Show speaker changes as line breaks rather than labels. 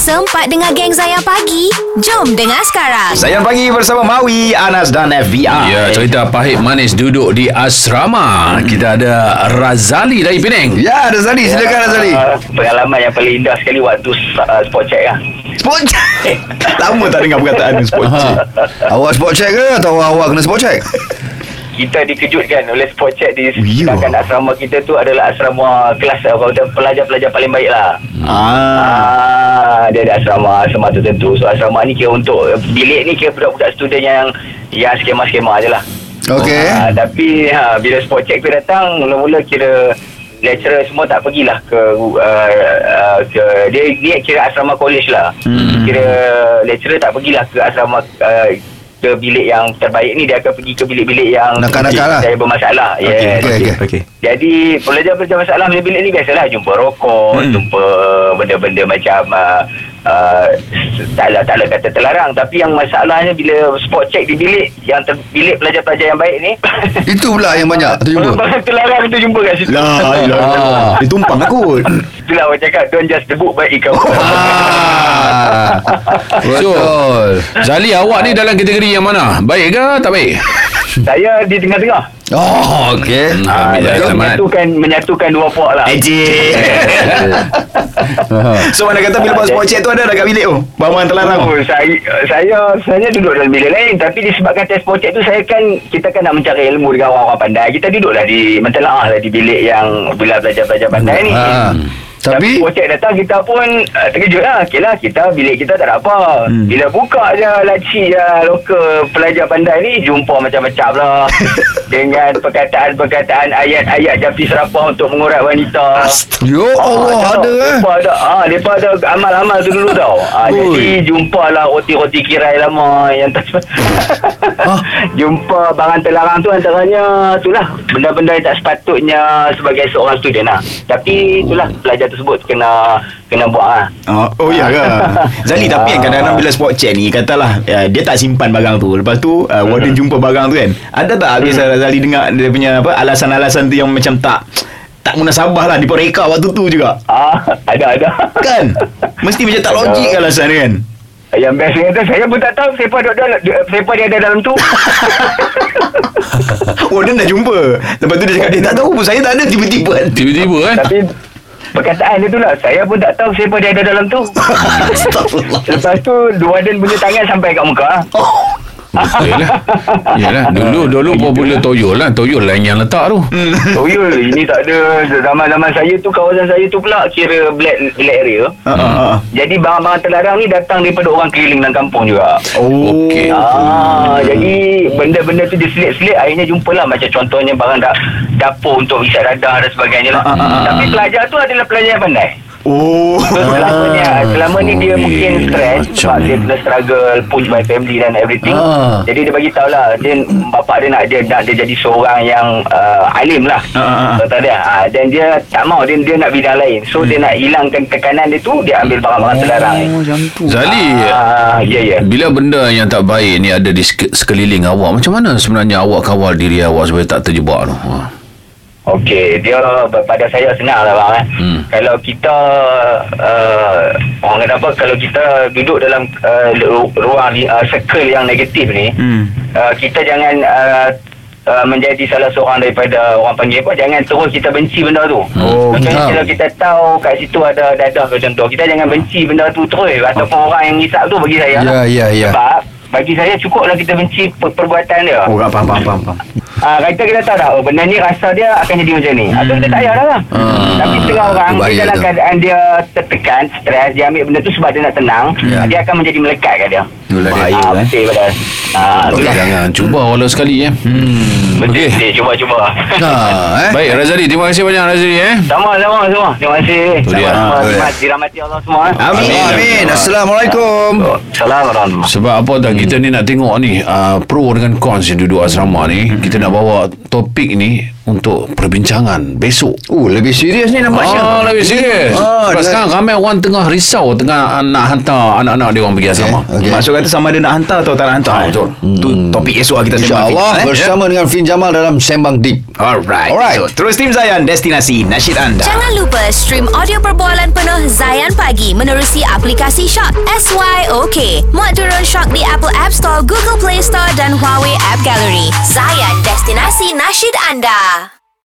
Sempat dengar geng Zayan pagi? Jom dengar sekarang.
Saya pagi bersama Mawi, Anas dan FBI.
Ya, cerita pahit manis duduk di asrama. Kita ada Razali dari Penang.
Ya, Razali, silakan Razali.
Uh, pengalaman yang paling indah sekali waktu uh, spot check lah.
Spot check. Lama tak dengar perkataan spot check. awak spot check ke atau awak kena spot check?
Kita dikejutkan oleh spot check di
Yo.
sedangkan asrama kita tu adalah asrama kelas uh, orang kata pelajar-pelajar paling baik lah.
Hmm.
Ah.
Ah, dia ada asrama asrama tertentu. So asrama ni kira untuk bilik ni kira budak-budak student yang yang skema-skema je lah.
Okey.
Ah, tapi ha, bila spot check tu datang mula-mula kira lecturer semua tak pergilah ke, uh, uh, ke dia dia kira asrama college lah. Hmm. Kira lecturer tak pergilah ke asrama uh, ke bilik yang terbaik ni dia akan pergi ke bilik-bilik yang
Nakal-nakal lah.
saya bermasalah. Okay, yes.
Okey, okey.
Okey.
Jadi pelajar-pelajar masalah dalam bilik ni biasalah jumpa rokok, hmm. jumpa benda-benda macam uh, uh, taklah taklah kata terlarang tapi yang masalahnya bila spot check di bilik yang ter, bilik pelajar-pelajar yang baik ni
Itu pula yang banyak terjumpa.
orang terlarang tu jumpa kat situ.
Ah, dia tumpang
lah
aku.
Itulah orang cakap don't just the book by ikut.
Ah.
So, Zali awak ni dalam kategori yang mana? Baik ke tak baik?
Saya di tengah-tengah.
Oh, okey.
Hmm,
Ah,
ambil
dia
jalan selamat.
menyatukan menyatukan dua puak lah.
Ejek. so mana kata bila buat spot check tu ada dekat bilik tu? Barang terlarang.
Oh, saya, saya saya duduk dalam bilik lain tapi disebabkan test projek tu saya kan kita kan nak mencari ilmu dengan orang-orang pandai kita duduklah di mentelaah lah di bilik yang bila belajar-belajar pandai ni
Ah.
tapi
Tapi
projek datang kita pun uh, terkejut lah okay lah kita bilik kita tak ada apa hmm. bila buka je laci je loka pelajar pandai ni jumpa macam-macam lah dengan perkataan-perkataan ayat-ayat jampi serapah untuk mengurat wanita
Yo ya Allah
Ah,
ada eh.
Lepas ada, ah, lepas ada amal-amal tu dulu tau. Ah, jadi jumpalah roti-roti kirai lama yang tak
Ah.
Jumpa barang terlarang tu antaranya itulah benda-benda yang tak sepatutnya sebagai seorang student lah. Tapi itulah pelajar tersebut kena kena buat lah.
Oh, oh ya ke? Zali tapi kan kadang-kadang bila spot check ni katalah uh, dia tak simpan barang tu. Lepas tu uh, warden jumpa barang tu kan. Ada tak habis uh, Zali dengar dia punya apa alasan-alasan tu yang macam tak tak munasabah lah di reka waktu tu juga.
Ah, ada ada.
Kan? Mesti macam tak logik kan alasan dia kan.
Yang best ni kata saya pun tak tahu siapa duduk dalam siapa dia ada dalam tu.
Warden dah jumpa. Lepas tu dia cakap dia tak tahu pun saya tak ada tiba-tiba.
Tiba-tiba eh.
Tapi perkataan dia tu lah saya pun tak tahu siapa dia ada dalam tu.
Astagfirullah.
Lepas tu Duaden punya tangan sampai kat muka. ah.
Yalah. Yalah, dulu dulu popular toyol lah. Toyol lah yang letak tu.
Toyol Oh, ya, ini tak ada zaman-zaman saya tu kawasan saya tu pula kira black black area.
Ah, ah, ah.
Jadi barang-barang terlarang ni datang daripada orang keliling dalam kampung juga.
Oh.
Okey.
Ah, jadi benda-benda tu diselit-selit akhirnya jumpalah macam contohnya barang da- dapur untuk isap dadah dan sebagainya lah. Tapi pelajar tu adalah pelajar yang pandai.
Oh.
So, selama ni, selama ni dia
okey.
mungkin stress
Macam
sebab
ni.
dia pernah struggle push my family dan everything.
Ah.
Jadi dia bagi tahulah dia bapak dia nak dia nak dia jadi seorang yang uh, alim lah.
Ah, ah, ah.
Kata dia. Ah, dan dia tak mau dia dia nak bidang lain. So dia nak hilangkan tekanan dia tu dia ambil barang-barang terlarang.
macam tu.
Zali,
Ah, ya ya.
bila benda yang tak baik ni ada di sek- sekeliling awak, macam mana sebenarnya awak kawal diri awak supaya tak terjebak tu? Ha.
Okey, dia pada saya senang lah bang eh.
Hmm.
Hmm. Kalau kita uh, orang kata apa kalau kita duduk dalam uh, lu- ruang ni, uh, circle yang negatif ni,
Hmm.
uh, kita jangan uh, uh, menjadi salah seorang daripada orang panggil apa, jangan terus kita benci benda tu.
Oh,
Contohnya
faham.
kalau kita tahu kat situ ada dadah ke contoh, kita jangan benci benda tu terus ataupun orang yang hisap tu bagi saya.
Ya, ya, ya.
Sebab bagi saya cukuplah kita benci per- perbuatan dia.
Oh, faham, faham, faham, faham.
Ah, kita kena tahu dah oh, benda ni rasa dia akan jadi macam ni. Atau kita tak payahlah lah.
Ah,
Tapi setengah
tu
orang dia
bahaya
dalam
tu.
keadaan dia tertekan, stres, dia ambil benda tu sebab dia nak tenang,
Ya.
dia akan menjadi melekat kat dia.
Itulah dia. kan?
Ah, betul pada. Ah,
Okey,
itulah.
jangan cuba walau sekali eh.
Betul,
Okey.
betul. Cuba-cuba.
Ha, eh.
Baik, Razali, terima kasih banyak Razali eh.
Sama-sama semua. Terima kasih.
Tu dia.
Sama-sama.
Ah, tu dia.
Dirahmati- Dirahmati Allah semua. eh.
Amin.
Amin.
Amin. Assalamualaikum.
Assalamualaikum warahmatullahi
Sebab apa tak ah,
Hmm.
kita ni nak tengok ni uh, pro dengan cons yang duduk asrama ni kita nak bawa topik ni untuk perbincangan besok.
Oh, lebih serius ni nampaknya.
Ah, lebih serius.
Ah,
Ah, Sebab
dia-
sekarang ramai orang tengah risau tengah nak hantar anak-anak dia orang pergi asrama.
Okey.
Okay. Maksud kata sama ada nak hantar atau tak nak hantar.
Ah, betul.
Tu topik esok lah kita sembang.
InsyaAllah
Fizz, eh?
bersama dengan Fin Jamal dalam Sembang Deep.
Alright.
Alright.
So, terus Tim Zayan destinasi nasyid anda.
Jangan lupa stream audio perbualan penuh Zayan Pagi menerusi aplikasi Shock SYOK. Muat turun Shock di Apple App Store, Google Play Store dan Huawei App Gallery. Zayan, destinasi nasyid anda.